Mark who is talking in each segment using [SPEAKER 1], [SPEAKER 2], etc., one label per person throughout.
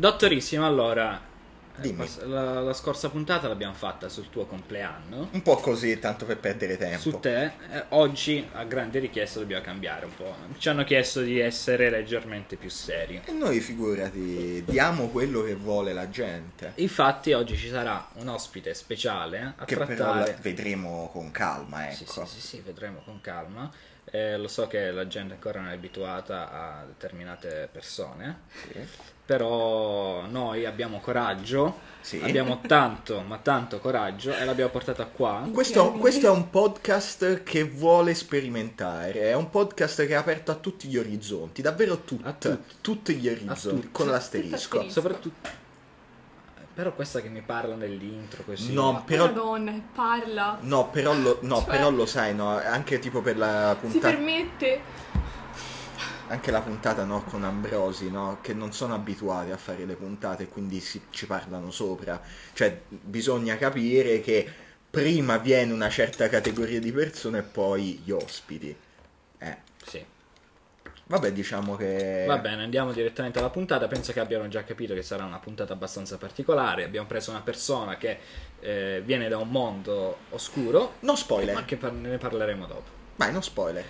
[SPEAKER 1] Dottorissimo, allora. eh,
[SPEAKER 2] Dimmi.
[SPEAKER 1] pass- La, la scorsa puntata l'abbiamo fatta sul tuo compleanno.
[SPEAKER 2] Un po' così, tanto per perdere tempo.
[SPEAKER 1] Su te, eh, oggi a grande richiesta dobbiamo cambiare un po'. Ci hanno chiesto di essere leggermente più seri.
[SPEAKER 2] E noi figurati, diamo quello che vuole la gente.
[SPEAKER 1] Infatti, oggi ci sarà un ospite speciale a
[SPEAKER 2] Che però la
[SPEAKER 1] trattare.
[SPEAKER 2] vedremo con calma, ecco.
[SPEAKER 1] Sì, sì, sì, sì, vedremo con calma. Eh, lo so che la gente ancora non è abituata a determinate persone,
[SPEAKER 2] Sì.
[SPEAKER 1] però noi abbiamo coraggio,
[SPEAKER 2] Sì.
[SPEAKER 1] abbiamo tanto, ma tanto coraggio e l'abbiamo portata qua.
[SPEAKER 2] Questo, questo è un podcast che vuole sperimentare, è un podcast che è aperto a tutti gli orizzonti, davvero tutti,
[SPEAKER 1] A tutti.
[SPEAKER 2] tutti gli orizzonti,
[SPEAKER 1] tutti.
[SPEAKER 2] con l'asterisco.
[SPEAKER 3] Tutto
[SPEAKER 1] Soprattutto... Però questa che mi parla nell'intro così...
[SPEAKER 2] No, però,
[SPEAKER 3] Madonna, parla.
[SPEAKER 2] no, però, lo, no,
[SPEAKER 3] Cioè-
[SPEAKER 2] però lo sai, no, anche tipo per la
[SPEAKER 3] Si
[SPEAKER 2] puntata...
[SPEAKER 3] permette?
[SPEAKER 2] Anche la puntata no, con Ambrosi, no, che non sono abituati a fare le puntate, quindi si- ci parlano sopra. Cioè, bisogna capire che prima viene una certa categoria di persone e poi gli ospiti. Eh,
[SPEAKER 1] Sì.
[SPEAKER 2] vabbè, diciamo che...
[SPEAKER 1] Va bene, andiamo direttamente alla puntata. Penso che abbiano già capito che sarà una puntata abbastanza particolare. Abbiamo preso una persona che eh, viene da un mondo oscuro,
[SPEAKER 2] No
[SPEAKER 1] ma
[SPEAKER 2] spoiler,
[SPEAKER 1] che par- ne parleremo dopo.
[SPEAKER 2] vai, no spoiler.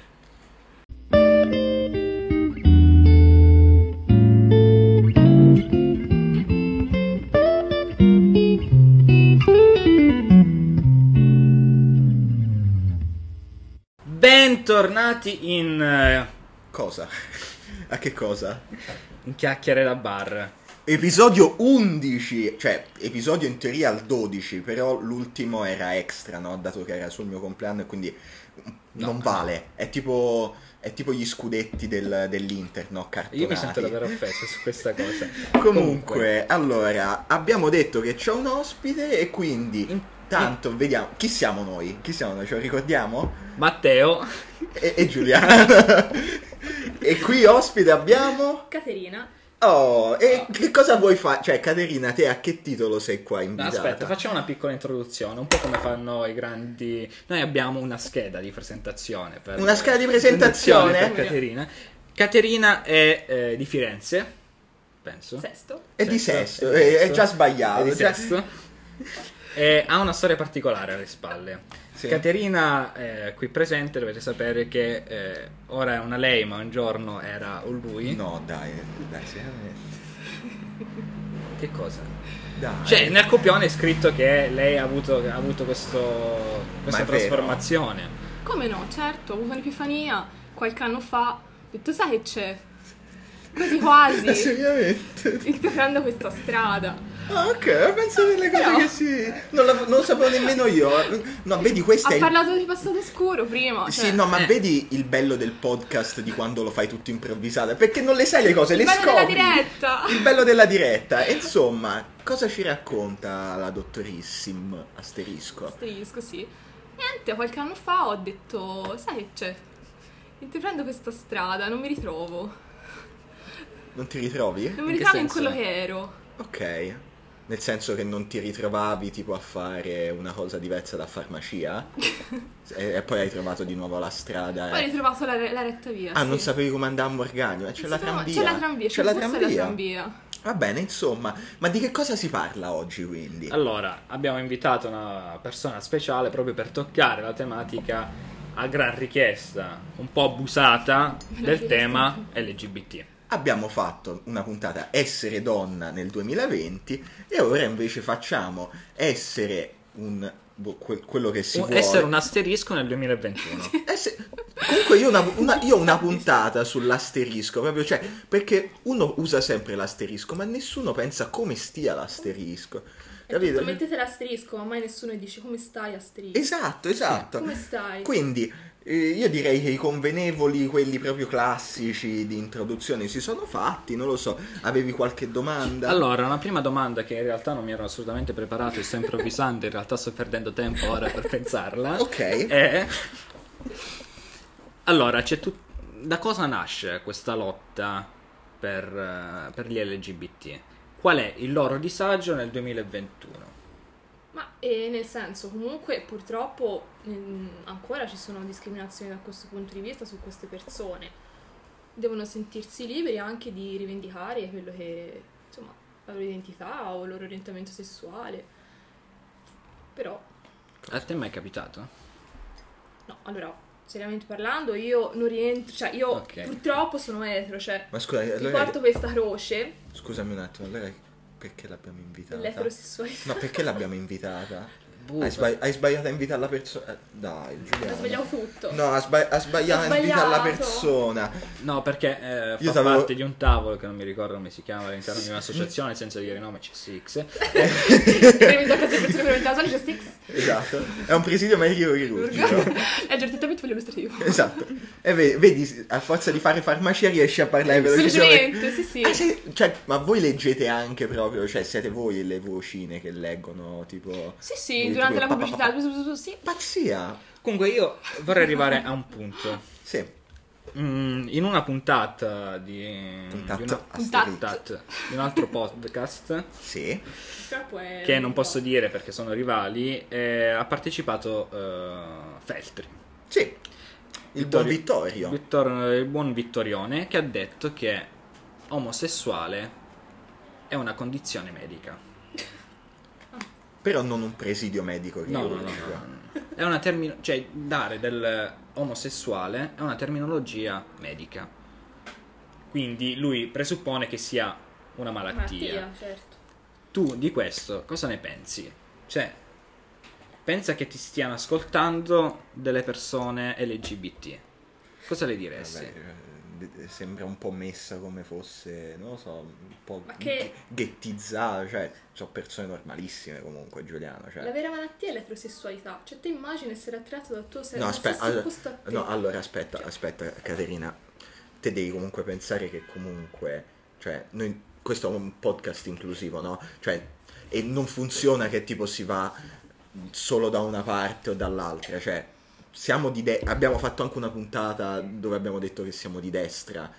[SPEAKER 1] Bentornati in, eh,
[SPEAKER 2] Cosa? a che cosa?
[SPEAKER 1] in Chiacchiere da Bar.
[SPEAKER 2] Episodio 11, cioè episodio in teoria al 12, però l'ultimo era extra, no? Dato che era sul mio compleanno e quindi
[SPEAKER 1] No.
[SPEAKER 2] non vale. È tipo, è tipo gli scudetti del- dell'Inter, no? Cartonati.
[SPEAKER 1] Io mi sento davvero offeso su questa cosa.
[SPEAKER 2] Comunque, allora, abbiamo detto che c'è un ospite e quindi
[SPEAKER 1] In-
[SPEAKER 2] tanto vediamo. Chi siamo noi? Chi siamo noi? Ce lo ricordiamo?
[SPEAKER 1] Matteo,
[SPEAKER 2] E, e Giuliana. e qui ospite abbiamo...
[SPEAKER 3] Caterina.
[SPEAKER 2] Oh, e
[SPEAKER 1] No.
[SPEAKER 2] che cosa vuoi fare? Cioè, Caterina, te a che titolo sei qua
[SPEAKER 1] No,
[SPEAKER 2] invitata?
[SPEAKER 1] aspetta, facciamo una piccola introduzione, un po' come fanno i grandi... Noi abbiamo una scheda di presentazione. Per...
[SPEAKER 2] Una scheda di presentazione?
[SPEAKER 1] per Caterina. Caterina è eh, di Firenze, penso.
[SPEAKER 3] Sesto.
[SPEAKER 2] È di sesto, è, è già sbagliato.
[SPEAKER 1] È di
[SPEAKER 2] cioè-
[SPEAKER 1] sesto. E ha una storia particolare alle spalle.
[SPEAKER 2] Sì.
[SPEAKER 1] Caterina, eh, qui presente, dovete sapere che eh, ora è una lei, ma un giorno era un lui.
[SPEAKER 2] No, dai, dai, seriamente.
[SPEAKER 1] Che cosa?
[SPEAKER 2] Dai.
[SPEAKER 1] Cioè, nel copione è scritto che lei ha avuto, ha avuto questo- questa
[SPEAKER 2] è vero?
[SPEAKER 1] trasformazione.
[SPEAKER 3] Come no, certo, ho avuto un'epifania qualche anno fa. Ho detto, sai che c'è? Quasi
[SPEAKER 2] Ma
[SPEAKER 3] quasi.
[SPEAKER 2] seriamente?
[SPEAKER 3] Intraprendo questa strada.
[SPEAKER 2] Ah, ok, penso delle cose
[SPEAKER 3] No.
[SPEAKER 2] che si... Non, la- non lo sapevo nemmeno io. No, vedi, questa
[SPEAKER 3] Ha
[SPEAKER 2] è... il-
[SPEAKER 3] parlato di passato oscuro prima. Cioè,
[SPEAKER 2] Sì, no, ma
[SPEAKER 1] eh.
[SPEAKER 2] vedi il bello del podcast di quando lo fai tutto improvvisato? Perché non le sai le cose,
[SPEAKER 3] il
[SPEAKER 2] le
[SPEAKER 3] bello
[SPEAKER 2] scopri.
[SPEAKER 3] della diretta.
[SPEAKER 2] Il bello della diretta. E insomma, cosa ci racconta la dottorissim asterisco?
[SPEAKER 3] Asterisco, sì. Niente, qualche anno fa ho detto, sai che c'è? Intraprendo questa strada, non mi ritrovo.
[SPEAKER 2] Non ti ritrovi?
[SPEAKER 3] Non mi
[SPEAKER 1] In che
[SPEAKER 3] ritrovo in
[SPEAKER 1] senso?
[SPEAKER 3] quello che ero.
[SPEAKER 2] Ok. Nel senso che non ti ritrovavi tipo a fare una cosa diversa da farmacia? e, e poi hai trovato di nuovo la strada.
[SPEAKER 3] Poi ho
[SPEAKER 2] eh.
[SPEAKER 3] ritrovato la, re- la retta via.
[SPEAKER 2] Ah,
[SPEAKER 3] sì.
[SPEAKER 2] non sapevi come andare a Morgagno? Eh, C'è la tramvia.
[SPEAKER 3] C'è la tramvia, c'è,
[SPEAKER 2] la
[SPEAKER 3] il bus e
[SPEAKER 2] tramvia.
[SPEAKER 3] la tramvia.
[SPEAKER 2] Va bene, insomma, ma di che cosa si parla oggi quindi?
[SPEAKER 1] Allora, abbiamo invitato una persona speciale proprio per toccare la tematica a gran richiesta, un po' abusata, del tema LGBT.
[SPEAKER 2] Abbiamo fatto una puntata Essere donna nel 2020 e ora invece facciamo essere un boh, que- quello che si
[SPEAKER 1] Un-
[SPEAKER 2] vuole. Esatto.
[SPEAKER 1] essere un asterisco nel 2021.
[SPEAKER 2] Esse- Eh Comunque io ho una, una- io ho una puntata sull'asterisco, proprio cioè, perché uno usa sempre l'asterisco, ma nessuno pensa come stia l'asterisco. Capito?
[SPEAKER 4] Mettete l'asterisco, ma mai nessuno dice come stai asterisco.
[SPEAKER 2] Esatto, esatto.
[SPEAKER 4] Come stai?
[SPEAKER 2] Quindi eh, io direi che i convenevoli, quelli proprio classici di introduzione, si sono fatti. Non lo so, avevi qualche domanda?
[SPEAKER 1] Allora, una prima domanda che in realtà non mi ero assolutamente preparato e sto improvvisando, in realtà sto perdendo tempo ora per pensarla.
[SPEAKER 2] Ok. Eh?
[SPEAKER 1] È... Eh? Allora, c'è tut- da cosa nasce questa lotta per, eh, per gli LGBT? Qual è il loro disagio nel 2021?
[SPEAKER 4] Ma eh, nel senso, comunque purtroppo mm, ancora ci sono discriminazioni da questo punto di vista su queste persone. Devono sentirsi liberi anche di rivendicare quello che, insomma, la loro identità o il loro orientamento sessuale. Però,
[SPEAKER 1] A te mai è capitato?
[SPEAKER 4] no, allora, seriamente parlando, io non rientro, cioè io
[SPEAKER 1] Ok.
[SPEAKER 4] purtroppo sono etero, cioè
[SPEAKER 2] Ma scusa,
[SPEAKER 4] mi
[SPEAKER 2] allora,
[SPEAKER 4] porto questa croce
[SPEAKER 2] scusami un attimo, allora perché l'abbiamo invitata?
[SPEAKER 4] dell'eterosessualità.
[SPEAKER 2] No, perché l'abbiamo invitata?
[SPEAKER 1] Buh,
[SPEAKER 2] Hai, sbagli- hai sbagliato a invitare la persona. Dai, Giuliano.
[SPEAKER 4] Ho sbagliato tutto.
[SPEAKER 2] No, ha, sba- ha sbagliato
[SPEAKER 4] Ho
[SPEAKER 2] a invitare la
[SPEAKER 4] sbagliato.
[SPEAKER 2] persona.
[SPEAKER 1] No, perché eh, fa
[SPEAKER 2] Io t'avevo-
[SPEAKER 1] parte di un tavolo che non mi ricordo come si chiama all'interno di un'associazione, senza dire nome, CSX.
[SPEAKER 3] Prima di toccare le persone per la c'è Six.
[SPEAKER 2] Esatto. È un presidio medico chirurgico.
[SPEAKER 3] Leggere direttamente illustrativo.
[SPEAKER 2] esatto. E ve- vedi, a forza di fare farmacia riesci a parlare velocemente.
[SPEAKER 3] Semplicemente, sì, sì.
[SPEAKER 2] Ah, sì, cioè, ma voi leggete anche proprio, cioè siete voi le vocine che leggono, tipo...
[SPEAKER 3] Sì,
[SPEAKER 2] Eh,
[SPEAKER 3] sì,
[SPEAKER 2] tipo
[SPEAKER 3] durante la
[SPEAKER 2] pa, pa,
[SPEAKER 3] pubblicità.
[SPEAKER 2] pa,
[SPEAKER 3] Sì.
[SPEAKER 2] Pazzia!
[SPEAKER 1] Comunque io vorrei arrivare a un punto.
[SPEAKER 2] Sì,
[SPEAKER 1] Mm, in una puntata di,
[SPEAKER 2] Puntata.
[SPEAKER 1] di una-
[SPEAKER 2] Puntata.
[SPEAKER 1] puntata di un altro podcast,
[SPEAKER 2] sì.
[SPEAKER 4] Purtroppo è...
[SPEAKER 1] che non posso dire perché sono rivali, eh, ha partecipato eh, Feltri.
[SPEAKER 2] Sì. Il buon Vittorio.
[SPEAKER 1] Vittor- il buon Vittorione che ha detto che omosessuale è una condizione medica.
[SPEAKER 2] Però non un presidio medico
[SPEAKER 1] No,
[SPEAKER 2] chirurgico.
[SPEAKER 1] no, no, no. È una termino- cioè dare del omosessuale è una terminologia medica. Quindi lui presuppone che sia una malattia.
[SPEAKER 4] Mattia, certo.
[SPEAKER 1] Tu di questo cosa ne pensi? Cioè, pensa che ti stiano ascoltando delle persone LGBT. Cosa le diresti?
[SPEAKER 2] Vabbè, eh, sembra un po' messa come fosse, non lo so, un po'
[SPEAKER 4] Ma che-
[SPEAKER 2] ghettizzata, cioè sono persone normalissime comunque Giuliano, cioè.
[SPEAKER 4] La vera malattia è l'eterosessualità. Cioè, te immagini essere attratto dal tuo se-
[SPEAKER 2] No,
[SPEAKER 4] dal
[SPEAKER 2] aspetta,
[SPEAKER 4] sesso
[SPEAKER 2] allora,
[SPEAKER 4] opposto a te.
[SPEAKER 2] no, allora, aspetta,
[SPEAKER 4] Cioè-
[SPEAKER 2] aspetta Caterina, te devi comunque pensare che comunque, cioè, noi- questo è un podcast inclusivo, no? Cioè, e non funziona che tipo si va solo da una parte o dall'altra, cioè, siamo di de- abbiamo fatto anche una puntata dove abbiamo detto che siamo di destra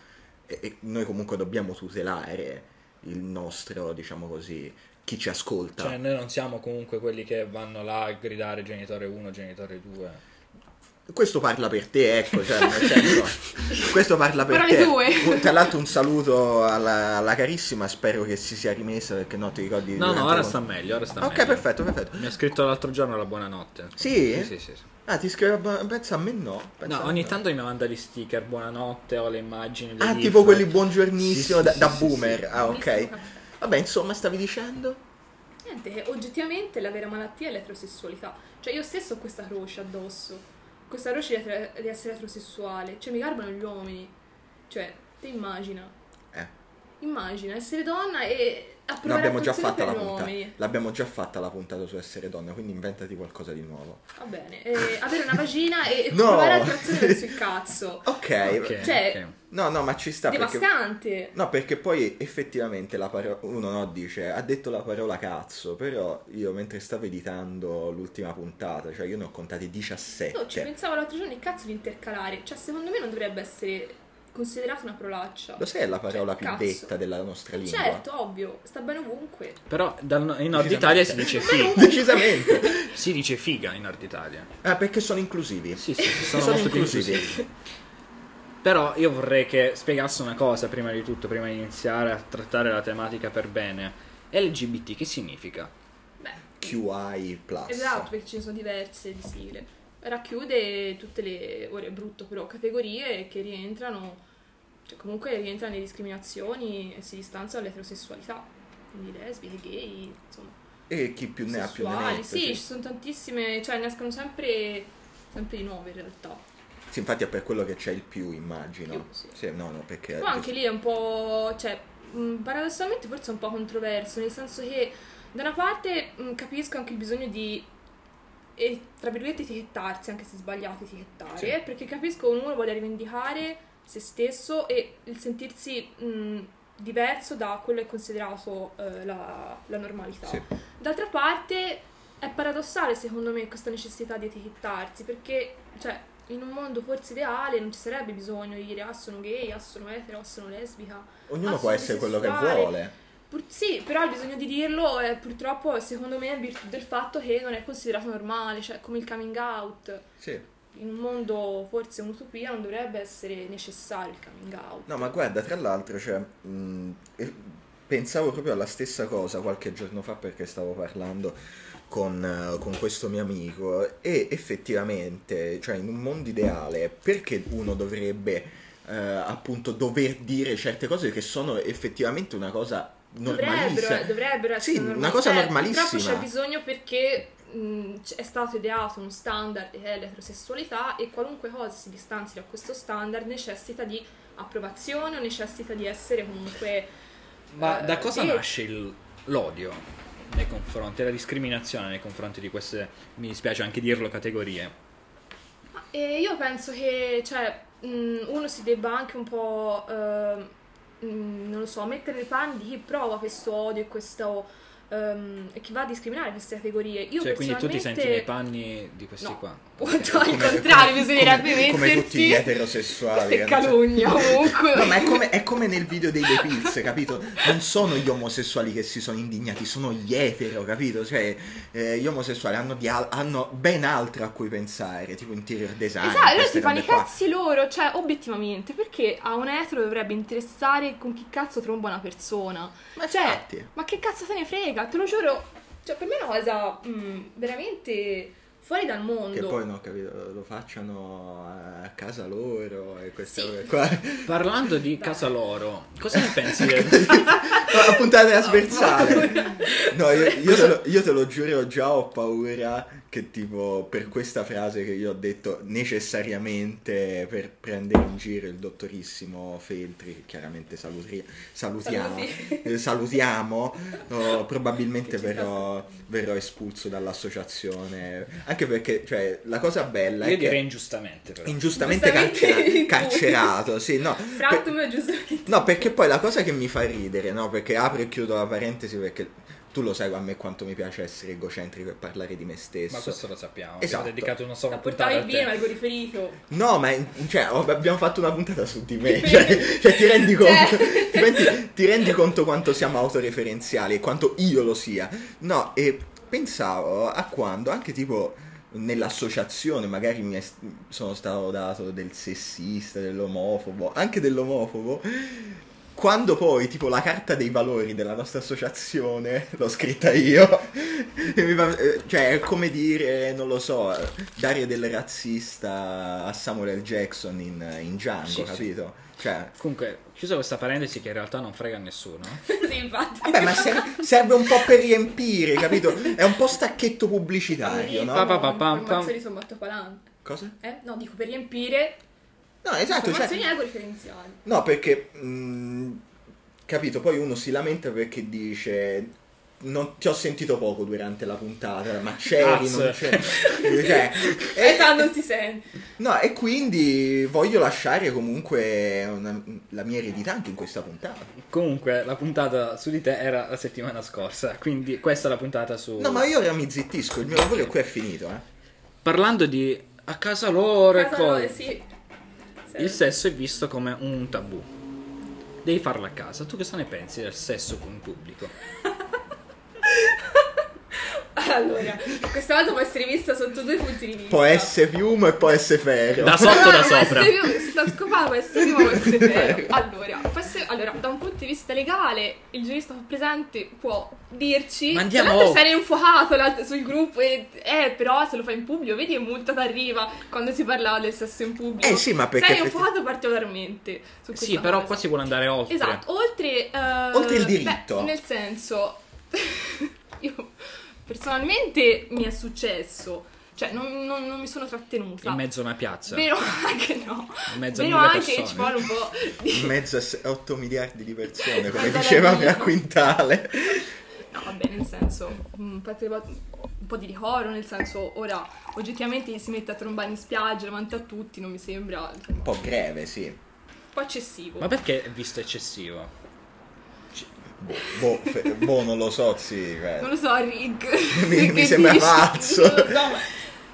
[SPEAKER 2] e, e noi comunque dobbiamo tutelare il nostro, diciamo così, chi ci ascolta.
[SPEAKER 1] Cioè, noi non siamo comunque quelli che vanno là a gridare genitore 1, genitore 2.
[SPEAKER 2] Questo parla per te, ecco, cioè, nel senso, questo parla per
[SPEAKER 3] Parole
[SPEAKER 2] te.
[SPEAKER 3] tue.
[SPEAKER 2] Un- Tra l'altro un saluto alla, alla carissima, spero che si sia rimessa perché no ti ricordi
[SPEAKER 1] No,
[SPEAKER 2] durante
[SPEAKER 1] no,
[SPEAKER 2] la
[SPEAKER 1] ora
[SPEAKER 2] con-
[SPEAKER 1] sta meglio, ora sta
[SPEAKER 2] Ah, Ok,
[SPEAKER 1] meglio.
[SPEAKER 2] perfetto, perfetto.
[SPEAKER 1] Mi ha scritto l'altro giorno la buonanotte.
[SPEAKER 2] Sì?
[SPEAKER 1] Sì, sì, sì. sì.
[SPEAKER 2] Ah, ti scrivo, pensa a me no. pensa a
[SPEAKER 1] No,
[SPEAKER 2] me
[SPEAKER 1] ogni
[SPEAKER 2] no.
[SPEAKER 1] tanto mi manda gli sticker, buonanotte, ho le immagini. le
[SPEAKER 2] Ah,
[SPEAKER 1] gif.
[SPEAKER 2] tipo quelli buongiornissimo
[SPEAKER 1] Sì,
[SPEAKER 2] da,
[SPEAKER 1] sì,
[SPEAKER 2] da
[SPEAKER 1] sì, sì,
[SPEAKER 2] boomer.
[SPEAKER 1] sì.
[SPEAKER 2] Ah, ok. Vabbè, insomma, stavi dicendo?
[SPEAKER 4] Niente, che oggettivamente la vera malattia è l'eterosessualità. Cioè, io stesso ho questa croce addosso. Questa croce di, etere- di essere eterosessuale. Cioè, mi garbano gli uomini. Cioè, te immagina.
[SPEAKER 2] Eh.
[SPEAKER 4] Immagina essere donna e approvare
[SPEAKER 2] L'abbiamo già fatta
[SPEAKER 4] attrazione
[SPEAKER 2] la
[SPEAKER 4] per gli
[SPEAKER 2] puntata.
[SPEAKER 4] uomini.
[SPEAKER 2] L'abbiamo già fatta la puntata su essere donna, quindi inventati qualcosa di nuovo.
[SPEAKER 4] Va bene. eh, avere una vagina e
[SPEAKER 2] No!
[SPEAKER 4] provare attrazione verso il cazzo.
[SPEAKER 2] Ok.
[SPEAKER 1] Ok,
[SPEAKER 4] Cioè,
[SPEAKER 1] ok.
[SPEAKER 2] No, no, ma ci sta perché
[SPEAKER 4] Devastante.
[SPEAKER 2] No, perché poi effettivamente la parola. Uno no, dice ha detto la parola cazzo, però io mentre stavo editando l'ultima puntata, cioè io ne ho contate
[SPEAKER 4] Io ci
[SPEAKER 2] 17.
[SPEAKER 4] pensavo l'altro giorno il cazzo di intercalare. Cioè, secondo me non dovrebbe essere considerata una prolaccia.
[SPEAKER 2] Lo sai è la parola più
[SPEAKER 4] Cioè, cazzo.
[SPEAKER 2] detta della nostra
[SPEAKER 4] Eh,
[SPEAKER 2] lingua?
[SPEAKER 4] Certo, ovvio, sta bene ovunque.
[SPEAKER 1] Però dal no- in Nord Italia si dice figa.
[SPEAKER 2] Decisamente.
[SPEAKER 1] Si dice figa in Nord Italia.
[SPEAKER 2] Ah, perché sono inclusivi.
[SPEAKER 1] Sì, sì, sì,
[SPEAKER 2] Sono
[SPEAKER 1] sono molto più
[SPEAKER 2] inclusivi.
[SPEAKER 1] inclusivi. Però io vorrei che spiegasse una cosa prima di tutto, prima di iniziare a trattare la tematica per bene. LGBT che significa?
[SPEAKER 4] Beh,
[SPEAKER 2] QI plus.
[SPEAKER 4] esatto, perché ce ne sono diverse di sigle. Racchiude tutte le, ora è brutto però, categorie che rientrano, cioè comunque rientrano le discriminazioni e si distanziano dall'eterosessualità. Quindi lesbiche, gay, insomma,
[SPEAKER 2] E chi più ne ha più ne
[SPEAKER 4] sessuali.
[SPEAKER 2] mette,
[SPEAKER 4] sì, ci sono tantissime, cioè ne escono sempre, sempre di nuove in realtà.
[SPEAKER 2] Sì, infatti è per quello che c'è il più, immagino.
[SPEAKER 4] Più, sì.
[SPEAKER 2] no, no, perché.
[SPEAKER 4] Però anche lì è un po', cioè, mh, paradossalmente forse è un po' controverso, nel senso che da una parte mh, capisco anche il bisogno di, e, tra virgolette, etichettarsi, anche se sbagliato etichettare,
[SPEAKER 2] Sì.
[SPEAKER 4] perché capisco che uno voglia rivendicare se stesso e il sentirsi mh, diverso da quello che è considerato eh, la, la normalità.
[SPEAKER 2] Sì.
[SPEAKER 4] D'altra parte è paradossale secondo me questa necessità di etichettarsi perché cioè, in un mondo forse ideale non ci sarebbe bisogno di dire ah sono gay, ah sono etero, ah sono lesbica.
[SPEAKER 2] Ognuno
[SPEAKER 4] Ah,
[SPEAKER 2] può
[SPEAKER 4] sono
[SPEAKER 2] essere quello che
[SPEAKER 4] bisessuali.
[SPEAKER 2] vuole.
[SPEAKER 4] Pur- sì, però il bisogno di dirlo è purtroppo secondo me in virtù del fatto che non è considerato normale, cioè come il coming out.
[SPEAKER 2] Sì.
[SPEAKER 4] In un mondo forse un'utopia non dovrebbe essere necessario il coming out.
[SPEAKER 2] No, ma guarda, tra l'altro, cioè, mh, eh, pensavo proprio alla stessa cosa qualche giorno fa perché stavo parlando con, eh, con questo mio amico e effettivamente, cioè in un mondo ideale, perché uno dovrebbe eh, appunto dover dire certe cose che sono effettivamente una cosa normalissima?
[SPEAKER 4] Dovrebbero, eh, dovrebbero essere
[SPEAKER 2] Sì, una
[SPEAKER 4] normali-
[SPEAKER 2] cosa
[SPEAKER 4] eh,
[SPEAKER 2] normalissima.
[SPEAKER 4] Purtroppo c'è bisogno perché mh, c- è stato ideato uno standard che è l'eterosessualità e qualunque cosa si distanzi da questo standard necessita di approvazione o necessita di essere comunque...
[SPEAKER 1] Ma
[SPEAKER 4] eh,
[SPEAKER 1] da cosa
[SPEAKER 4] sì.
[SPEAKER 1] nasce il- l'odio nei confronti, la discriminazione nei confronti di queste, mi dispiace anche dirlo, categorie?
[SPEAKER 4] Ma, eh, io penso che cioè, mh, uno si debba anche un po', ehm, mh, non lo so, mettere nei panni di chi prova questo odio e questo... ehm, e chi va a discriminare queste categorie. Io
[SPEAKER 1] cioè, quindi tu ti senti nei
[SPEAKER 4] personalmente-
[SPEAKER 1] panni di questi
[SPEAKER 4] No.
[SPEAKER 1] qua?
[SPEAKER 4] Punto, al
[SPEAKER 2] Come-
[SPEAKER 4] contrario,
[SPEAKER 2] come-
[SPEAKER 4] bisognerebbe
[SPEAKER 2] come- Come tutti gli
[SPEAKER 4] mettersi.
[SPEAKER 2] eterosessuali.
[SPEAKER 4] Questa è
[SPEAKER 2] che non so-
[SPEAKER 4] calunnia comunque.
[SPEAKER 2] No, ma è come, è come nel video dei The Pills, capito? Non sono gli omosessuali che si sono indignati, sono gli etero, capito? Cioè, eh, gli omosessuali hanno, di al- hanno ben altro a cui pensare, tipo interior design.
[SPEAKER 4] Esatto, loro
[SPEAKER 2] queste
[SPEAKER 4] si fanno i
[SPEAKER 2] robe qua.
[SPEAKER 4] cazzi loro, cioè obiettivamente, perché a un etero dovrebbe interessare con chi cazzo tromba una persona?
[SPEAKER 2] Ma
[SPEAKER 4] cioè,
[SPEAKER 2] Eh, infatti.
[SPEAKER 4] ma che cazzo se ne frega? Te lo giuro, cioè per me è una cosa mm, veramente fuori dal mondo.
[SPEAKER 2] Che poi no, capito, lo facciano a casa loro e queste
[SPEAKER 4] Sì.
[SPEAKER 2] robe qua.
[SPEAKER 1] Parlando di
[SPEAKER 4] Dai.
[SPEAKER 1] casa loro, cosa ne pensi del...
[SPEAKER 2] Ma la
[SPEAKER 4] Oh,
[SPEAKER 2] puntata da sversare. No, io, io te
[SPEAKER 1] Cosa-
[SPEAKER 2] lo, io te lo giuro, già ho paura che tipo per questa frase che io ho detto necessariamente per prendere in giro il dottorissimo Feltri, che chiaramente salutri- salutiamo,
[SPEAKER 4] Saluti.
[SPEAKER 2] eh, salutiamo oh, probabilmente
[SPEAKER 4] Che ci sta
[SPEAKER 2] verrò, verrò espulso dall'associazione. Anche perché, cioè, la cosa bella
[SPEAKER 1] Io
[SPEAKER 2] è che
[SPEAKER 1] direi ingiustamente però.
[SPEAKER 2] ingiustamente
[SPEAKER 4] Giustamente
[SPEAKER 2] carcera-
[SPEAKER 4] tu.
[SPEAKER 2] carcerato, sì, no. per-
[SPEAKER 4] Frattum giustamente.
[SPEAKER 2] No, perché poi la cosa che mi fa ridere, no? Perché apro e chiudo la parentesi perché tu lo sai a me quanto mi piace essere egocentrico e parlare di me stesso.
[SPEAKER 1] Ma questo lo sappiamo,
[SPEAKER 2] Esatto.
[SPEAKER 1] abbiamo dedicato una sola
[SPEAKER 4] Da portare
[SPEAKER 1] puntata
[SPEAKER 4] il
[SPEAKER 1] a
[SPEAKER 4] vino,
[SPEAKER 1] te.
[SPEAKER 4] avevo riferito.
[SPEAKER 2] No, ma cioè, oh, beh, abbiamo fatto una puntata su di me. Cioè, cioè, ti, rendi conto, ti, rendi, ti rendi conto quanto siamo autoreferenziali e quanto io lo sia. No, e pensavo a quando anche tipo nell'associazione magari mi è- sono stato dato del sessista, dell'omofobo, anche dell'omofobo. Quando poi tipo la carta dei valori della nostra associazione l'ho scritta io, E mi fa- eh, cioè è come dire, non lo so, dare del razzista a Samuel L. Jackson in, in Django,
[SPEAKER 1] Sì, sì.
[SPEAKER 2] capito? Cioè,
[SPEAKER 1] Comunque, chiusa questa parentesi che in realtà non frega a nessuno.
[SPEAKER 4] sì, infatti.
[SPEAKER 2] vabbè, ma ser- serve un po' per riempire, capito? È un po' stacchetto pubblicitario,
[SPEAKER 1] Pa,
[SPEAKER 2] no?
[SPEAKER 1] pa, pa, pam,
[SPEAKER 4] Informazioni sommattopalanti.
[SPEAKER 2] Cosa?
[SPEAKER 4] Eh? No, dico per riempire
[SPEAKER 2] No, esatto, cioè,
[SPEAKER 4] informazioni ecoreferenziali.
[SPEAKER 2] No, perché mh, capito, poi uno si lamenta perché dice non ti ho sentito poco durante la puntata, ma c'eri,
[SPEAKER 1] Cazzo.
[SPEAKER 2] non c'eri. Cioè,
[SPEAKER 4] E
[SPEAKER 2] e,
[SPEAKER 4] Eh, tanto non si sente.
[SPEAKER 2] no, e quindi voglio lasciare comunque una- la mia eredità anche in questa puntata.
[SPEAKER 1] Comunque, la puntata su di te era la settimana scorsa, quindi questa è la puntata su...
[SPEAKER 4] Oh.
[SPEAKER 2] No, ma io ora mi zittisco, il mio lavoro qui è finito, eh.
[SPEAKER 1] Parlando di a casa loro e
[SPEAKER 4] Casa
[SPEAKER 1] cose.
[SPEAKER 4] loro, sì.
[SPEAKER 1] Il sesso è visto come un tabù. Devi farlo a casa. Tu cosa ne pensi del sesso in pubblico?
[SPEAKER 4] Allora, questa volta può essere vista sotto due punti di vista.
[SPEAKER 2] Può essere fiume e può essere ferro.
[SPEAKER 1] Da sotto
[SPEAKER 4] Ah,
[SPEAKER 1] o da sopra?
[SPEAKER 4] Può essere più- da scopare può essere più, può essere vero. Allora, può essere- allora, da un punto di vista legale, il giurista qua presente può dirci...
[SPEAKER 1] Ma andiamo-
[SPEAKER 4] Tra l'altro se ne è infuocato là- sul gruppo e... Eh, però se lo fai in pubblico, vedi che multa t'arriva quando si parlava del sesso in pubblico.
[SPEAKER 2] Eh sì, ma perché
[SPEAKER 4] Se ne è
[SPEAKER 2] effetti-
[SPEAKER 4] infuocato particolarmente su
[SPEAKER 1] Sì,
[SPEAKER 4] questa
[SPEAKER 1] però
[SPEAKER 4] cosa.
[SPEAKER 1] qua si vuole andare oltre.
[SPEAKER 4] Esatto, oltre... eh,
[SPEAKER 2] Oltre il diritto.
[SPEAKER 4] beh, nel senso, io personalmente mi è successo, cioè non, non- non mi sono trattenuta.
[SPEAKER 1] In mezzo a una
[SPEAKER 2] Cioè.
[SPEAKER 1] piazza.
[SPEAKER 4] esatto. Vero anche no.
[SPEAKER 1] In mezzo a
[SPEAKER 4] Vero
[SPEAKER 1] mille
[SPEAKER 4] anche che
[SPEAKER 1] persone.
[SPEAKER 4] ci vuole un po'
[SPEAKER 2] In
[SPEAKER 4] di...
[SPEAKER 2] mezzo a 8 miliardi di persone, come
[SPEAKER 4] Guarda la
[SPEAKER 2] diceva
[SPEAKER 4] mia.
[SPEAKER 2] mia quintale.
[SPEAKER 4] No, vabbè, nel senso, mm, parte- un po' di decoro, nel senso, ora, oggettivamente si mette a trombare in spiaggia davanti a tutti, non mi sembra un
[SPEAKER 2] Un po' greve, sì.
[SPEAKER 4] po' eccessivo.
[SPEAKER 1] Ma perché è visto eccessivo?
[SPEAKER 2] Boh, boh, fe- boh, non lo so, sì. cioè.
[SPEAKER 4] Non lo so, Rick.
[SPEAKER 2] Mi-
[SPEAKER 4] che
[SPEAKER 2] mi sembra
[SPEAKER 4] dici?
[SPEAKER 2] pazzo.
[SPEAKER 4] Non lo so, ma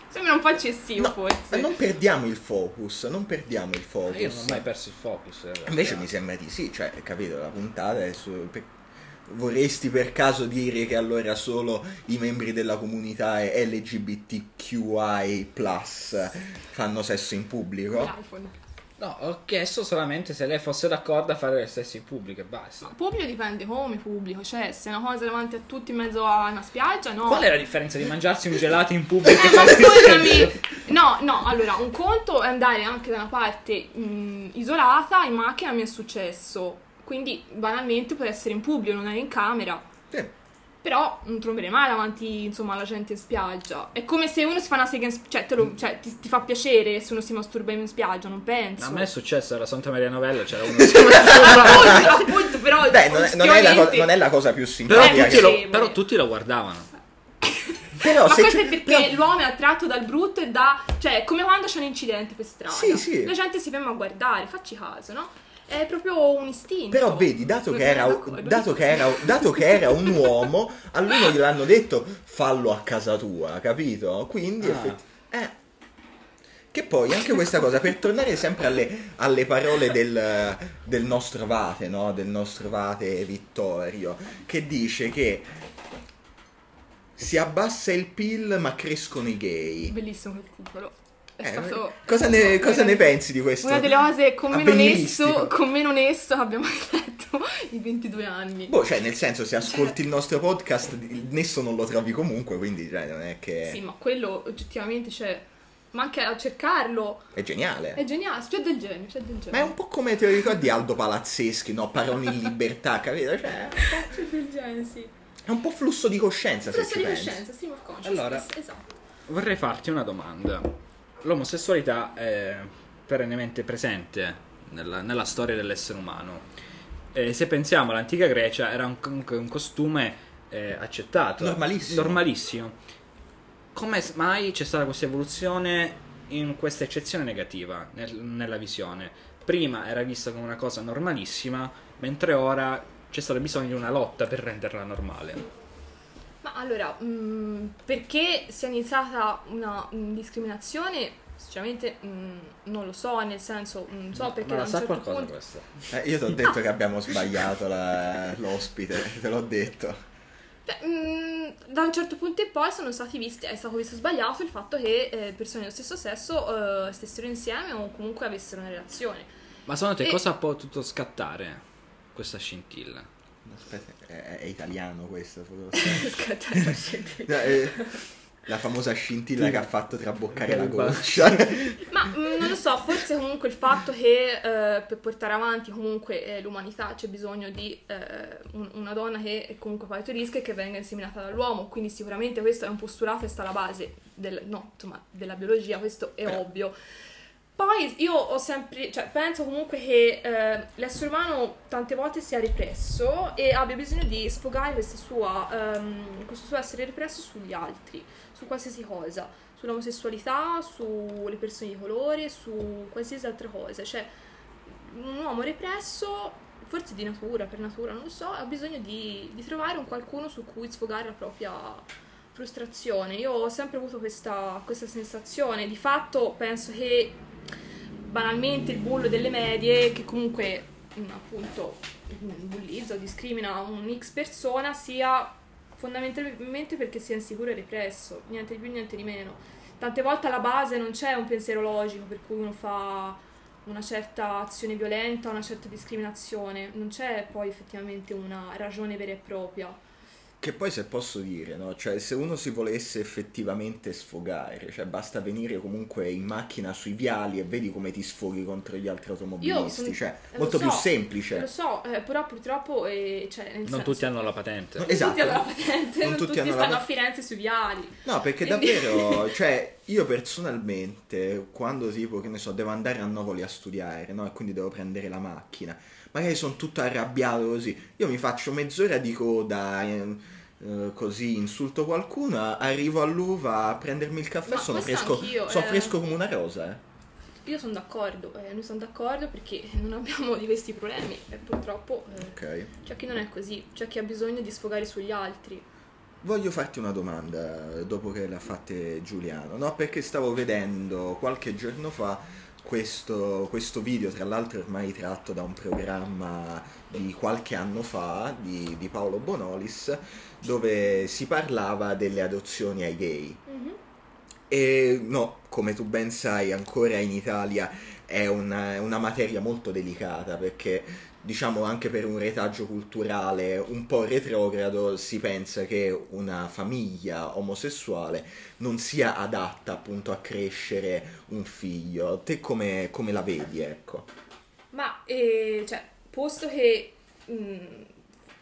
[SPEAKER 4] sembra un po' eccessivo
[SPEAKER 2] No,
[SPEAKER 4] forse.
[SPEAKER 2] Ma non perdiamo il focus, non perdiamo il
[SPEAKER 1] Ma Io
[SPEAKER 2] focus.
[SPEAKER 1] non ho mai perso il focus. eh. in realtà.
[SPEAKER 2] Invece mi sembra di sì, cioè, capito, la puntata è su... per- Vorresti per caso dire che allora solo i membri della comunità LGBTQI+, fanno sesso in pubblico?
[SPEAKER 4] L'iPhone.
[SPEAKER 1] No, ho chiesto solamente se lei fosse d'accordo a fare le stesse in pubblico e basta.
[SPEAKER 4] Ma pubblico dipende come pubblico, cioè se è una cosa davanti a tutti in mezzo a una spiaggia, no.
[SPEAKER 1] Qual è la differenza di mangiarsi un gelato in pubblico?
[SPEAKER 4] Eh, ma scusami! No, no, allora, un conto è andare anche da una parte mh, isolata, in macchina mi è successo. Quindi, banalmente, puoi essere in pubblico, non eri in camera.
[SPEAKER 2] Sì.
[SPEAKER 4] Però non tromberei mai davanti, insomma, alla gente in spiaggia. È come se uno si fa una sega in spiaggia, cioè, te
[SPEAKER 2] Mm.
[SPEAKER 4] lo- cioè, ti, ti fa piacere se uno si masturba in spiaggia, non penso.
[SPEAKER 1] A me è successo alla Santa Maria Novella, c'era uno solo.
[SPEAKER 4] Appunto, appunto, però...
[SPEAKER 2] Beh, non è, non è la co- non è la cosa più
[SPEAKER 1] però,
[SPEAKER 2] simpatica.
[SPEAKER 4] Eh,
[SPEAKER 1] tutti
[SPEAKER 2] che-
[SPEAKER 1] lo,
[SPEAKER 4] piacevole.
[SPEAKER 1] però tutti lo guardavano.
[SPEAKER 2] Però
[SPEAKER 4] Ma
[SPEAKER 2] se
[SPEAKER 4] questo
[SPEAKER 2] ci-
[SPEAKER 4] è perché
[SPEAKER 2] però-
[SPEAKER 4] l'uomo è attratto dal brutto e da... Cioè, è come quando c'è un incidente per strada.
[SPEAKER 2] Sì, sì.
[SPEAKER 4] La gente si ferma a guardare, facci caso, no? È proprio un istinto.
[SPEAKER 2] Però vedi, dato
[SPEAKER 4] Non
[SPEAKER 2] che,
[SPEAKER 4] sono
[SPEAKER 2] era,
[SPEAKER 4] d'accordo.
[SPEAKER 2] dato che era- dato che era un uomo, a lui non gliel'hanno detto fallo a casa tua, capito? Quindi
[SPEAKER 1] Ah.
[SPEAKER 2] effetti- eh. Che poi anche questa cosa, per tornare sempre alle, alle parole del, del nostro Vate, no? Del nostro Vate Vittorio, che dice che si abbassa il PIL ma crescono i gay.
[SPEAKER 4] Bellissimo quel cucolo. È
[SPEAKER 2] Eh,
[SPEAKER 4] stato...
[SPEAKER 2] cosa ne, cosa ne
[SPEAKER 4] veramente-
[SPEAKER 2] pensi di questo?
[SPEAKER 4] Una delle cose con meno
[SPEAKER 2] avveniristico?
[SPEAKER 4] nesso, con meno nesso che abbiamo letto in 22 anni.
[SPEAKER 2] Boh, cioè, nel senso, se ascolti il nostro podcast, il nesso non lo trovi comunque, quindi cioè, non è che...
[SPEAKER 4] Sì, ma quello oggettivamente c'è. Ma anche a cercarlo
[SPEAKER 2] È geniale.
[SPEAKER 4] è geniale, c'è del genio, c'è del genio.
[SPEAKER 2] Ma è un po' come te lo ricordi Aldo Palazzeschi, no? Parole in libertà, capito? Cioè,
[SPEAKER 4] C'è del genio, sì.
[SPEAKER 2] è un po' flusso di coscienza,
[SPEAKER 4] Flusso
[SPEAKER 2] se
[SPEAKER 4] di
[SPEAKER 2] ci pensi.
[SPEAKER 4] coscienza, stream of consciousness.
[SPEAKER 1] Allora.
[SPEAKER 4] Esatto.
[SPEAKER 1] Vorrei farti una domanda. L'omosessualità è perennemente presente nella, nella storia dell'essere umano. E se pensiamo all'antica Grecia era un, comunque un costume eh, accettato.
[SPEAKER 2] Normalissimo.
[SPEAKER 1] Normalissimo. Come s- mai c'è stata questa evoluzione in questa eccezione negativa nel- nella visione? Prima era vista come una cosa normalissima, mentre ora c'è stato bisogno di una lotta per renderla normale.
[SPEAKER 4] Ma allora, mh, perché sia iniziata una mh, discriminazione? Sinceramente mh, non lo so, nel senso, mh, non so perché
[SPEAKER 1] Ma la
[SPEAKER 4] da un
[SPEAKER 1] sa
[SPEAKER 4] certo
[SPEAKER 1] qualcosa
[SPEAKER 4] punto...
[SPEAKER 1] questa?
[SPEAKER 2] Eh, io ti ho detto che abbiamo sbagliato la- l'ospite, te l'ho detto.
[SPEAKER 4] Beh, mh, Cioè, da un certo punto in poi sono stati visti, è stato visto sbagliato il fatto che eh, persone dello stesso sesso eh, stessero insieme o comunque avessero una relazione.
[SPEAKER 1] Ma secondo te
[SPEAKER 4] E-
[SPEAKER 1] cosa ha potuto scattare questa scintilla?
[SPEAKER 2] Aspetta, è, è italiano questo. solo-
[SPEAKER 4] Scattate, scendete.
[SPEAKER 2] No, eh, la famosa scintilla che ha fatto traboccare la
[SPEAKER 1] Che
[SPEAKER 2] goccia.
[SPEAKER 4] Ma mm, non lo so, forse comunque il fatto che eh, per portare avanti comunque eh, l'umanità c'è bisogno di eh, un- una donna che comunque partorisca e che venga inseminata dall'uomo, quindi sicuramente questo è un postulato e sta alla base del- no, insomma, della biologia, questo è ovvio. Poi io ho sempre, cioè penso comunque che eh, l'essere umano tante volte sia represso e abbia bisogno di sfogare questa sua, ehm, questo suo essere represso sugli altri, su qualsiasi cosa, sull'omosessualità, sulle persone di colore, su qualsiasi altra cosa. Cioè un uomo represso, forse di natura, per natura, non lo so, ha bisogno di, di trovare un qualcuno su cui sfogare la propria frustrazione. Io ho sempre avuto questa, questa sensazione. Di fatto penso che banalmente il bullo delle medie, che comunque mm, appunto mm, bullizza o discrimina un X persona, sia fondamentalmente perché sia insicuro e represso, niente di più, niente di meno. Tante volte alla base non c'è un pensiero logico per cui uno fa una certa azione violenta, una certa discriminazione, non c'è poi effettivamente una ragione vera e propria.
[SPEAKER 2] Che poi se posso dire, no? Cioè, se uno si volesse effettivamente sfogare, cioè basta venire comunque in macchina sui viali e vedi come ti sfoghi contro gli altri
[SPEAKER 4] Io
[SPEAKER 2] automobilisti,
[SPEAKER 4] sono- eh,
[SPEAKER 2] cioè,
[SPEAKER 4] lo
[SPEAKER 2] molto più
[SPEAKER 4] so,
[SPEAKER 2] semplice.
[SPEAKER 4] Lo so, eh, però purtroppo eh, cioè, nel
[SPEAKER 1] Non
[SPEAKER 4] senso-
[SPEAKER 1] tutti hanno la patente.
[SPEAKER 2] No, Esatto.
[SPEAKER 4] tutti hanno la patente,
[SPEAKER 2] Non
[SPEAKER 4] non,
[SPEAKER 2] tutti
[SPEAKER 4] tutti,
[SPEAKER 2] hanno la
[SPEAKER 4] stanno
[SPEAKER 2] pat-
[SPEAKER 4] a Firenze sui viali.
[SPEAKER 2] No, perché
[SPEAKER 4] Quindi-
[SPEAKER 2] davvero, cioè, io personalmente, quando tipo, che ne so, devo andare a Novoli a studiare, no? E quindi devo prendere la macchina, magari sono tutto arrabbiato così, io mi faccio mezz'ora di coda, ehm, eh, così, insulto qualcuno, arrivo all'uva a prendermi il caffè,
[SPEAKER 4] Ma
[SPEAKER 2] sono
[SPEAKER 4] questo
[SPEAKER 2] fresco,
[SPEAKER 4] anch'io,
[SPEAKER 2] sono
[SPEAKER 4] eh.
[SPEAKER 2] fresco come una rosa, eh.
[SPEAKER 4] Io sono d'accordo, eh, noi siamo d'accordo perché non abbiamo di questi problemi e purtroppo eh,
[SPEAKER 2] Ok.
[SPEAKER 4] c'è chi non è così, c'è chi ha bisogno di sfogare sugli altri.
[SPEAKER 2] Voglio farti una domanda dopo che l'ha fatte Giuliano, no? Perché stavo vedendo qualche giorno fa questo, questo video, tra l'altro ormai tratto da un programma di qualche anno fa di, di Paolo Bonolis, dove si parlava delle adozioni ai gay.
[SPEAKER 4] Mhm.
[SPEAKER 2] E no, come tu ben sai, ancora in Italia è una, una materia molto delicata perché diciamo anche per un retaggio culturale un po' retrogrado si pensa che una famiglia omosessuale non sia adatta appunto a crescere un figlio. Te come, come la vedi, ecco?
[SPEAKER 4] Ma, eh, cioè, posto che mh,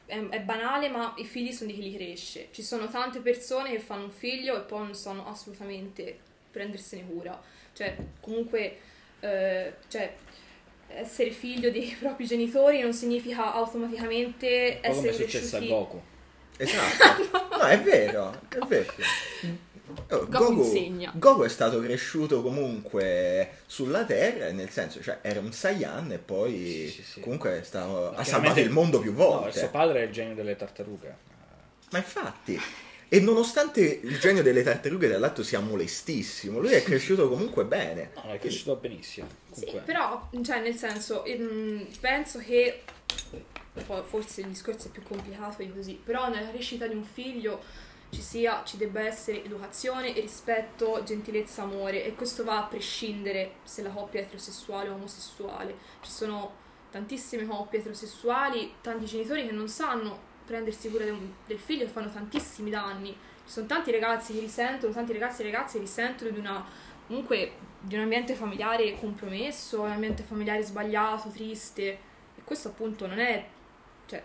[SPEAKER 4] è, è banale, ma i figli sono di chi li cresce. Ci sono tante persone che fanno un figlio e poi non sanno assolutamente prendersene cura. Cioè, comunque, eh, cioè, essere figlio dei propri genitori non significa
[SPEAKER 2] Eh,
[SPEAKER 4] automaticamente
[SPEAKER 1] Un po' come
[SPEAKER 4] essere
[SPEAKER 1] è successo a
[SPEAKER 4] cresciuti...
[SPEAKER 1] Goku.
[SPEAKER 2] Esatto, no, è vero, è vero. Oh,
[SPEAKER 3] Goku
[SPEAKER 2] Goku,
[SPEAKER 3] insegna.
[SPEAKER 2] Goku è stato cresciuto comunque sulla Terra, nel senso, cioè era un Saiyan e poi
[SPEAKER 1] Sì, sì, sì.
[SPEAKER 2] comunque è stato- ha
[SPEAKER 1] chiaramente-
[SPEAKER 2] salvato il mondo più
[SPEAKER 1] No, il
[SPEAKER 2] volte.
[SPEAKER 1] suo padre è il genio delle tartarughe.
[SPEAKER 2] Ma infatti, e nonostante il genio delle tartarughe tra l'altro sia molestissimo, lui è cresciuto comunque bene.
[SPEAKER 1] No, è cresciuto benissimo.
[SPEAKER 4] Sì,
[SPEAKER 1] Comunque,
[SPEAKER 4] però, cioè, nel senso, ehm, penso che poi forse il discorso è più complicato di così, però nella crescita di un figlio ci sia, ci debba essere educazione, rispetto, gentilezza, amore e questo va a prescindere se la coppia è eterosessuale o omosessuale. Ci sono tantissime coppie eterosessuali, tanti genitori che non sanno prendersi cura de- del figlio e fanno tantissimi danni. Ci sono tanti ragazzi che risentono, tanti ragazzi e ragazze che risentono di una comunque di un ambiente familiare compromesso, un ambiente familiare sbagliato, triste. E questo appunto non è. cioè,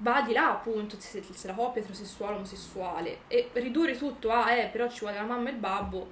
[SPEAKER 4] va di là appunto se, se la coppia è eterosessuale o omosessuale. E ridurre tutto a eh, però ci vuole la mamma e il babbo,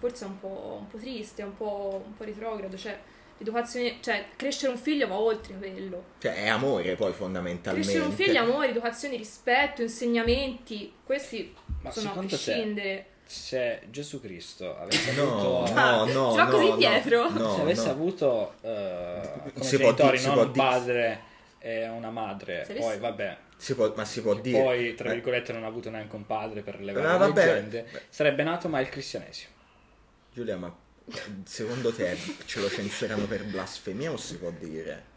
[SPEAKER 4] forse è un po', un po' triste, un po', un po' retrogrado. Cioè, l'educazione, cioè, crescere un figlio va oltre quello.
[SPEAKER 2] Cioè è amore poi fondamentalmente.
[SPEAKER 4] Crescere un figlio, amore, educazione, rispetto, insegnamenti, questi
[SPEAKER 1] Ma
[SPEAKER 4] sono a
[SPEAKER 1] secondo te-
[SPEAKER 4] prescindere.
[SPEAKER 1] se Gesù Cristo avesse
[SPEAKER 2] No,
[SPEAKER 1] avuto...
[SPEAKER 2] no, no.
[SPEAKER 4] si va
[SPEAKER 2] no,
[SPEAKER 4] così
[SPEAKER 2] no,
[SPEAKER 4] indietro?
[SPEAKER 2] No,
[SPEAKER 1] se avesse
[SPEAKER 2] no.
[SPEAKER 1] avuto eh, come
[SPEAKER 2] Si può
[SPEAKER 1] genitori
[SPEAKER 2] dire- si
[SPEAKER 1] non
[SPEAKER 2] può
[SPEAKER 1] un
[SPEAKER 2] dire-
[SPEAKER 1] padre e una madre,
[SPEAKER 4] Se
[SPEAKER 1] poi
[SPEAKER 4] avesse-
[SPEAKER 1] vabbè,
[SPEAKER 2] Si può- ma si può
[SPEAKER 1] che
[SPEAKER 2] dire.
[SPEAKER 1] poi tra
[SPEAKER 2] Ma-
[SPEAKER 1] virgolette non ha avuto neanche un padre per le
[SPEAKER 2] No,
[SPEAKER 1] varie
[SPEAKER 2] eh. Ah, vabbè.
[SPEAKER 1] leggende, sarebbe nato mai il cristianesimo.
[SPEAKER 2] Giulia, ma secondo te ce lo censurano per blasfemia o si può dire?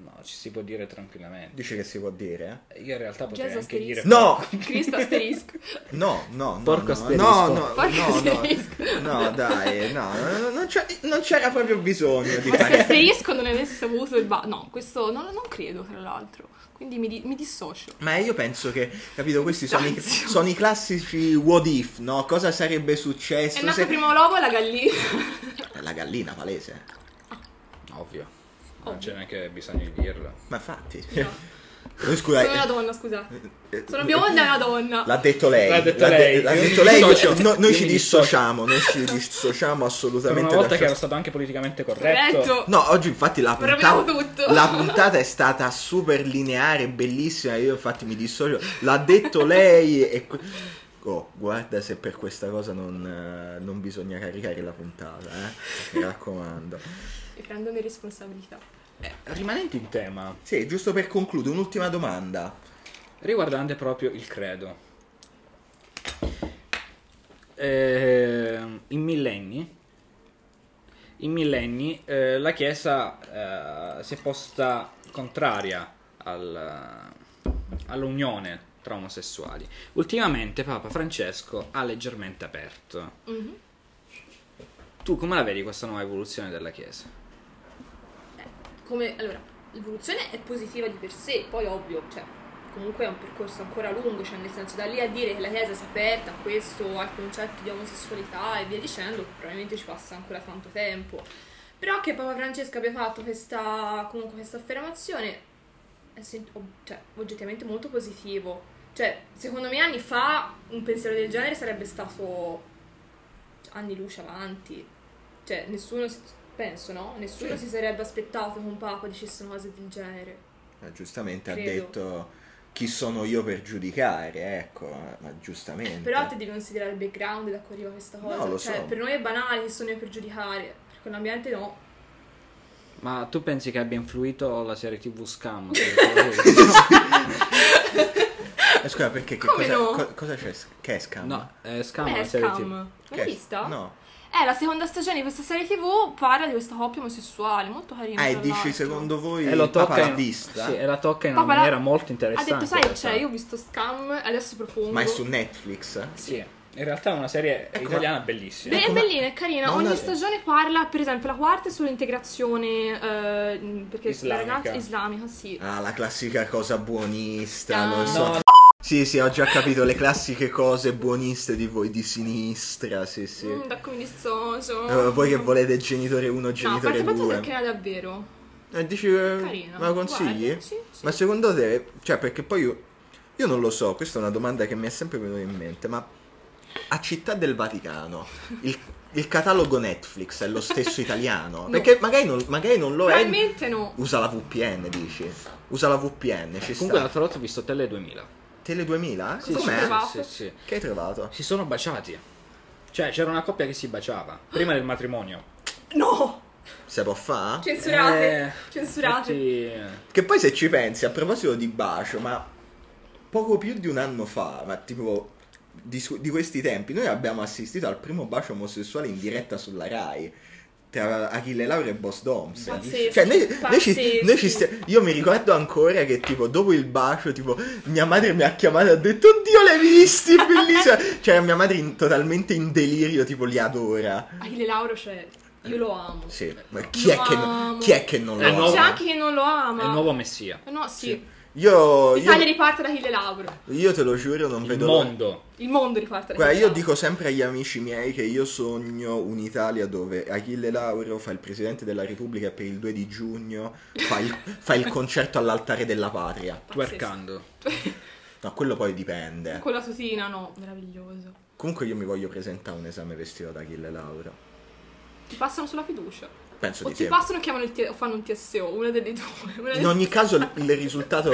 [SPEAKER 1] No, ci si può dire tranquillamente.
[SPEAKER 2] Dici che si può dire?
[SPEAKER 1] Io in realtà potrei
[SPEAKER 4] Gesù
[SPEAKER 1] anche dire...
[SPEAKER 2] eh? No,
[SPEAKER 4] Cristo asterisco.
[SPEAKER 2] no, no, no.
[SPEAKER 1] Porco
[SPEAKER 2] no,
[SPEAKER 1] asterisco.
[SPEAKER 2] no, no,
[SPEAKER 3] Porco
[SPEAKER 2] no, no.
[SPEAKER 3] asterisco.
[SPEAKER 2] No, dai, no, no, non, c'è- non c'era proprio bisogno di
[SPEAKER 3] Ma se
[SPEAKER 2] fare.
[SPEAKER 3] asterisco non avesse avuto il ba... No, questo non, non credo, tra l'altro. Quindi mi, di- mi dissocio.
[SPEAKER 2] Ma io penso che, capito, questi sono i,
[SPEAKER 3] Stazio.
[SPEAKER 2] sono i classici what if, no? Cosa sarebbe
[SPEAKER 3] È
[SPEAKER 2] successo
[SPEAKER 3] nato
[SPEAKER 2] se... Eh,
[SPEAKER 3] prima l'uovo e la gallina.
[SPEAKER 2] La gallina, palese.
[SPEAKER 1] Ovvio, non c'è neanche bisogno di dirlo.
[SPEAKER 2] Ma infatti...
[SPEAKER 4] No.
[SPEAKER 2] Eh, Scusa,
[SPEAKER 3] Sono
[SPEAKER 2] eh,
[SPEAKER 3] una donna, scusate.
[SPEAKER 2] eh,
[SPEAKER 3] Sono bionda e una donna.
[SPEAKER 2] L'ha detto lei.
[SPEAKER 1] L'ha detto
[SPEAKER 2] l'ha de-
[SPEAKER 1] lei.
[SPEAKER 2] l'ha
[SPEAKER 1] Io mi
[SPEAKER 2] detto lei,
[SPEAKER 1] dissocio.
[SPEAKER 2] no-
[SPEAKER 1] Io
[SPEAKER 2] noi ci
[SPEAKER 1] mi dissocio.
[SPEAKER 2] dissociamo, noi ci dissociamo
[SPEAKER 1] Per
[SPEAKER 2] assolutamente.
[SPEAKER 1] una volta
[SPEAKER 2] da
[SPEAKER 1] che
[SPEAKER 2] ciò-
[SPEAKER 1] era stato anche politicamente corretto,
[SPEAKER 3] Corretto.
[SPEAKER 2] No, oggi infatti la
[SPEAKER 3] Proviamo
[SPEAKER 2] puntata,
[SPEAKER 3] tutto.
[SPEAKER 2] la puntata è stata super lineare, bellissima. Io infatti mi dissocio. L'ha detto lei e... que- Oh, guarda se per questa cosa non, eh, non bisogna caricare la puntata, eh. Mi raccomando.
[SPEAKER 3] E prendone responsabilità.
[SPEAKER 1] rimanendo in tema,
[SPEAKER 2] Sì, giusto per concludere, un'ultima domanda.
[SPEAKER 1] riguardante proprio il credo. Eh, in millenni, in millenni eh, la Chiesa eh, si è posta contraria al- all'unione tra omosessuali. Ultimamente Papa Francesco ha leggermente aperto.
[SPEAKER 3] Mhm.
[SPEAKER 1] Tu come la vedi questa nuova evoluzione della Chiesa?
[SPEAKER 4] come allora l'evoluzione è positiva di per sé, poi ovvio, cioè comunque è un percorso ancora lungo, cioè nel senso da lì a dire che la chiesa si è aperta a questo, al concetto di omosessualità e via dicendo, probabilmente ci passa ancora tanto tempo. Però che Papa Francesco abbia fatto questa comunque questa affermazione è sen- ob- cioè, oggettivamente molto positivo. Cioè, secondo me anni fa un pensiero del genere sarebbe stato cioè, anni luce avanti. Cioè, nessuno si- penso, no? Nessuno si sarebbe aspettato che un papa dicesse una cosa del genere.
[SPEAKER 2] Eh, giustamente ha
[SPEAKER 4] Credo.
[SPEAKER 2] detto chi sono io per giudicare, ecco, eh, ma giustamente.
[SPEAKER 4] Però te devi considerare il background da cui arriva questa cosa.
[SPEAKER 2] No, lo
[SPEAKER 4] cioè,
[SPEAKER 2] so.
[SPEAKER 4] per noi è banale che sono io per giudicare, per quell'ambiente no.
[SPEAKER 1] Ma tu pensi che abbia influito la serie TV Scam?
[SPEAKER 2] Eh, scusa, perché che
[SPEAKER 3] Come
[SPEAKER 2] cosa,
[SPEAKER 3] no?
[SPEAKER 2] co- cosa c'è? Che è scam?
[SPEAKER 1] no, eh, Scam è
[SPEAKER 3] Com'è
[SPEAKER 1] una serie
[SPEAKER 3] Scam?
[SPEAKER 1] TV.
[SPEAKER 3] L'hai
[SPEAKER 2] Che è-
[SPEAKER 3] vista?
[SPEAKER 2] No.
[SPEAKER 3] Eh, la seconda stagione di questa serie tv parla di questa coppia omosessuale, molto carina.
[SPEAKER 2] Ah, e
[SPEAKER 1] Eh,
[SPEAKER 3] tra
[SPEAKER 2] dici
[SPEAKER 3] l'altro.
[SPEAKER 2] secondo voi
[SPEAKER 1] e Eh, lo tocca
[SPEAKER 2] Papa l'ha
[SPEAKER 1] in-
[SPEAKER 2] vista?
[SPEAKER 1] sì, e la tocca in una
[SPEAKER 3] Papa l'ha-
[SPEAKER 1] maniera molto
[SPEAKER 3] Ha
[SPEAKER 4] cioè,
[SPEAKER 1] interessante.
[SPEAKER 3] detto,
[SPEAKER 1] in
[SPEAKER 3] sai,
[SPEAKER 1] realtà."
[SPEAKER 3] cioè, io ho visto Scam, adesso propongo...
[SPEAKER 2] Ma è su Netflix?
[SPEAKER 1] Sì, In realtà è una serie
[SPEAKER 2] Ecco,
[SPEAKER 1] italiana bellissima.
[SPEAKER 4] Beh, è
[SPEAKER 2] Come-
[SPEAKER 4] bellina, è carina.
[SPEAKER 2] Ma
[SPEAKER 4] Ogni
[SPEAKER 2] una-
[SPEAKER 4] stagione parla, per esempio, la quarta è sull'integrazione eh, mh, perché
[SPEAKER 1] Islamica.
[SPEAKER 4] la ragazza islamica, sì.
[SPEAKER 2] Ah, la classica cosa buonista, non
[SPEAKER 4] Ah.
[SPEAKER 2] so.
[SPEAKER 1] No,
[SPEAKER 2] Sì, sì, ho già capito le classiche cose buoniste di voi di sinistra, sì, sì.
[SPEAKER 4] Mm, da come dissocio.
[SPEAKER 2] Eh, voi che volete genitore 1,
[SPEAKER 4] No, a
[SPEAKER 2] genitore
[SPEAKER 4] parte
[SPEAKER 2] 2.
[SPEAKER 4] è carina davvero.
[SPEAKER 2] Eh, dici, eh,
[SPEAKER 4] Carina.
[SPEAKER 2] me la consigli?
[SPEAKER 4] Guarda, sì, sì.
[SPEAKER 2] Ma secondo te, cioè, perché poi io, io non lo so, questa è una domanda che mi è sempre venuta in mente, ma a Città del Vaticano il, il catalogo Netflix è lo stesso italiano?
[SPEAKER 4] No.
[SPEAKER 2] Perché magari non, magari non lo è.
[SPEAKER 4] Probabilmente no.
[SPEAKER 2] Usa la VPN, dici? Usa la VPN,
[SPEAKER 1] comunque
[SPEAKER 2] ci sta.
[SPEAKER 1] l'altra volta ho visto Tele 2000.
[SPEAKER 2] Tele 2000?
[SPEAKER 1] Sì,
[SPEAKER 2] Com'è?
[SPEAKER 1] sì,
[SPEAKER 4] trovavo.
[SPEAKER 1] sì, sì.
[SPEAKER 2] Che hai trovato?
[SPEAKER 1] Si sono baciati. Cioè, c'era una coppia che si baciava prima del matrimonio.
[SPEAKER 4] No!
[SPEAKER 2] Se può fa?
[SPEAKER 4] Censurate.
[SPEAKER 1] Eh,
[SPEAKER 4] Censurate.
[SPEAKER 1] infatti-
[SPEAKER 2] Che poi se ci pensi, a proposito di bacio, ma poco più di un anno fa, ma tipo di, su- di questi tempi, noi abbiamo assistito al primo bacio omosessuale in diretta sulla Rai tra Achille Lauro e Boss Doms.
[SPEAKER 4] Pazzesco,
[SPEAKER 2] cioè, noi, noi ci,
[SPEAKER 4] pazzesco.
[SPEAKER 2] noi ci stia- Io mi ricordo ancora che, tipo, dopo il bacio, tipo, mia madre mi ha chiamato e ha detto: Oddio, l'hai visti? Bellissima! cioè, mia madre in- totalmente in delirio, tipo, li adora.
[SPEAKER 4] Achille Lauro, cioè, io lo amo.
[SPEAKER 2] Sì, ma chi, è
[SPEAKER 4] Lo
[SPEAKER 2] che, no-
[SPEAKER 4] amo.
[SPEAKER 2] chi è che non
[SPEAKER 1] È
[SPEAKER 2] lo
[SPEAKER 1] il nuovo-
[SPEAKER 2] ama?
[SPEAKER 4] C'è Cioè, anche chi non lo ama.
[SPEAKER 1] È il nuovo messia.
[SPEAKER 4] No, sì.
[SPEAKER 2] Io, io,
[SPEAKER 4] L'Italia riparte da Achille Lauro.
[SPEAKER 2] Io te lo giuro, non
[SPEAKER 1] Il
[SPEAKER 2] vedo l'ora.
[SPEAKER 1] mondo.
[SPEAKER 4] Il mondo riparte da
[SPEAKER 2] Guarda,
[SPEAKER 4] Achille
[SPEAKER 2] io
[SPEAKER 4] Lauro.
[SPEAKER 2] dico sempre agli amici miei che io sogno un'Italia dove Achille Lauro fa il presidente della Repubblica e per il 2 di giugno, fa il, fa il concerto all'altare della patria.
[SPEAKER 4] Pazzesco.
[SPEAKER 1] Twerkando.
[SPEAKER 2] No, quello poi dipende.
[SPEAKER 4] Con la tutina, no, meraviglioso.
[SPEAKER 2] Comunque io mi voglio presentare un esame vestito da Achille Lauro.
[SPEAKER 4] Ti passano sulla fiducia.
[SPEAKER 2] Penso
[SPEAKER 4] O
[SPEAKER 2] di
[SPEAKER 4] ti
[SPEAKER 2] sì.
[SPEAKER 4] passano o chiamano il T- o fanno un TSO, una delle due. Una delle-
[SPEAKER 2] In ogni caso il il risultato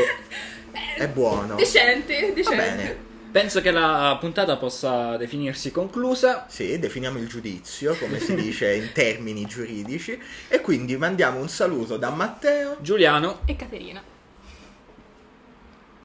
[SPEAKER 2] è buono.
[SPEAKER 4] Eh, Decente,
[SPEAKER 2] Va
[SPEAKER 4] decente.
[SPEAKER 2] bene.
[SPEAKER 1] Penso che la puntata possa definirsi conclusa.
[SPEAKER 2] Sì, definiamo il giudizio, come si dice in termini giuridici. E quindi mandiamo un saluto da Matteo.
[SPEAKER 1] Giuliano,
[SPEAKER 4] E Caterina.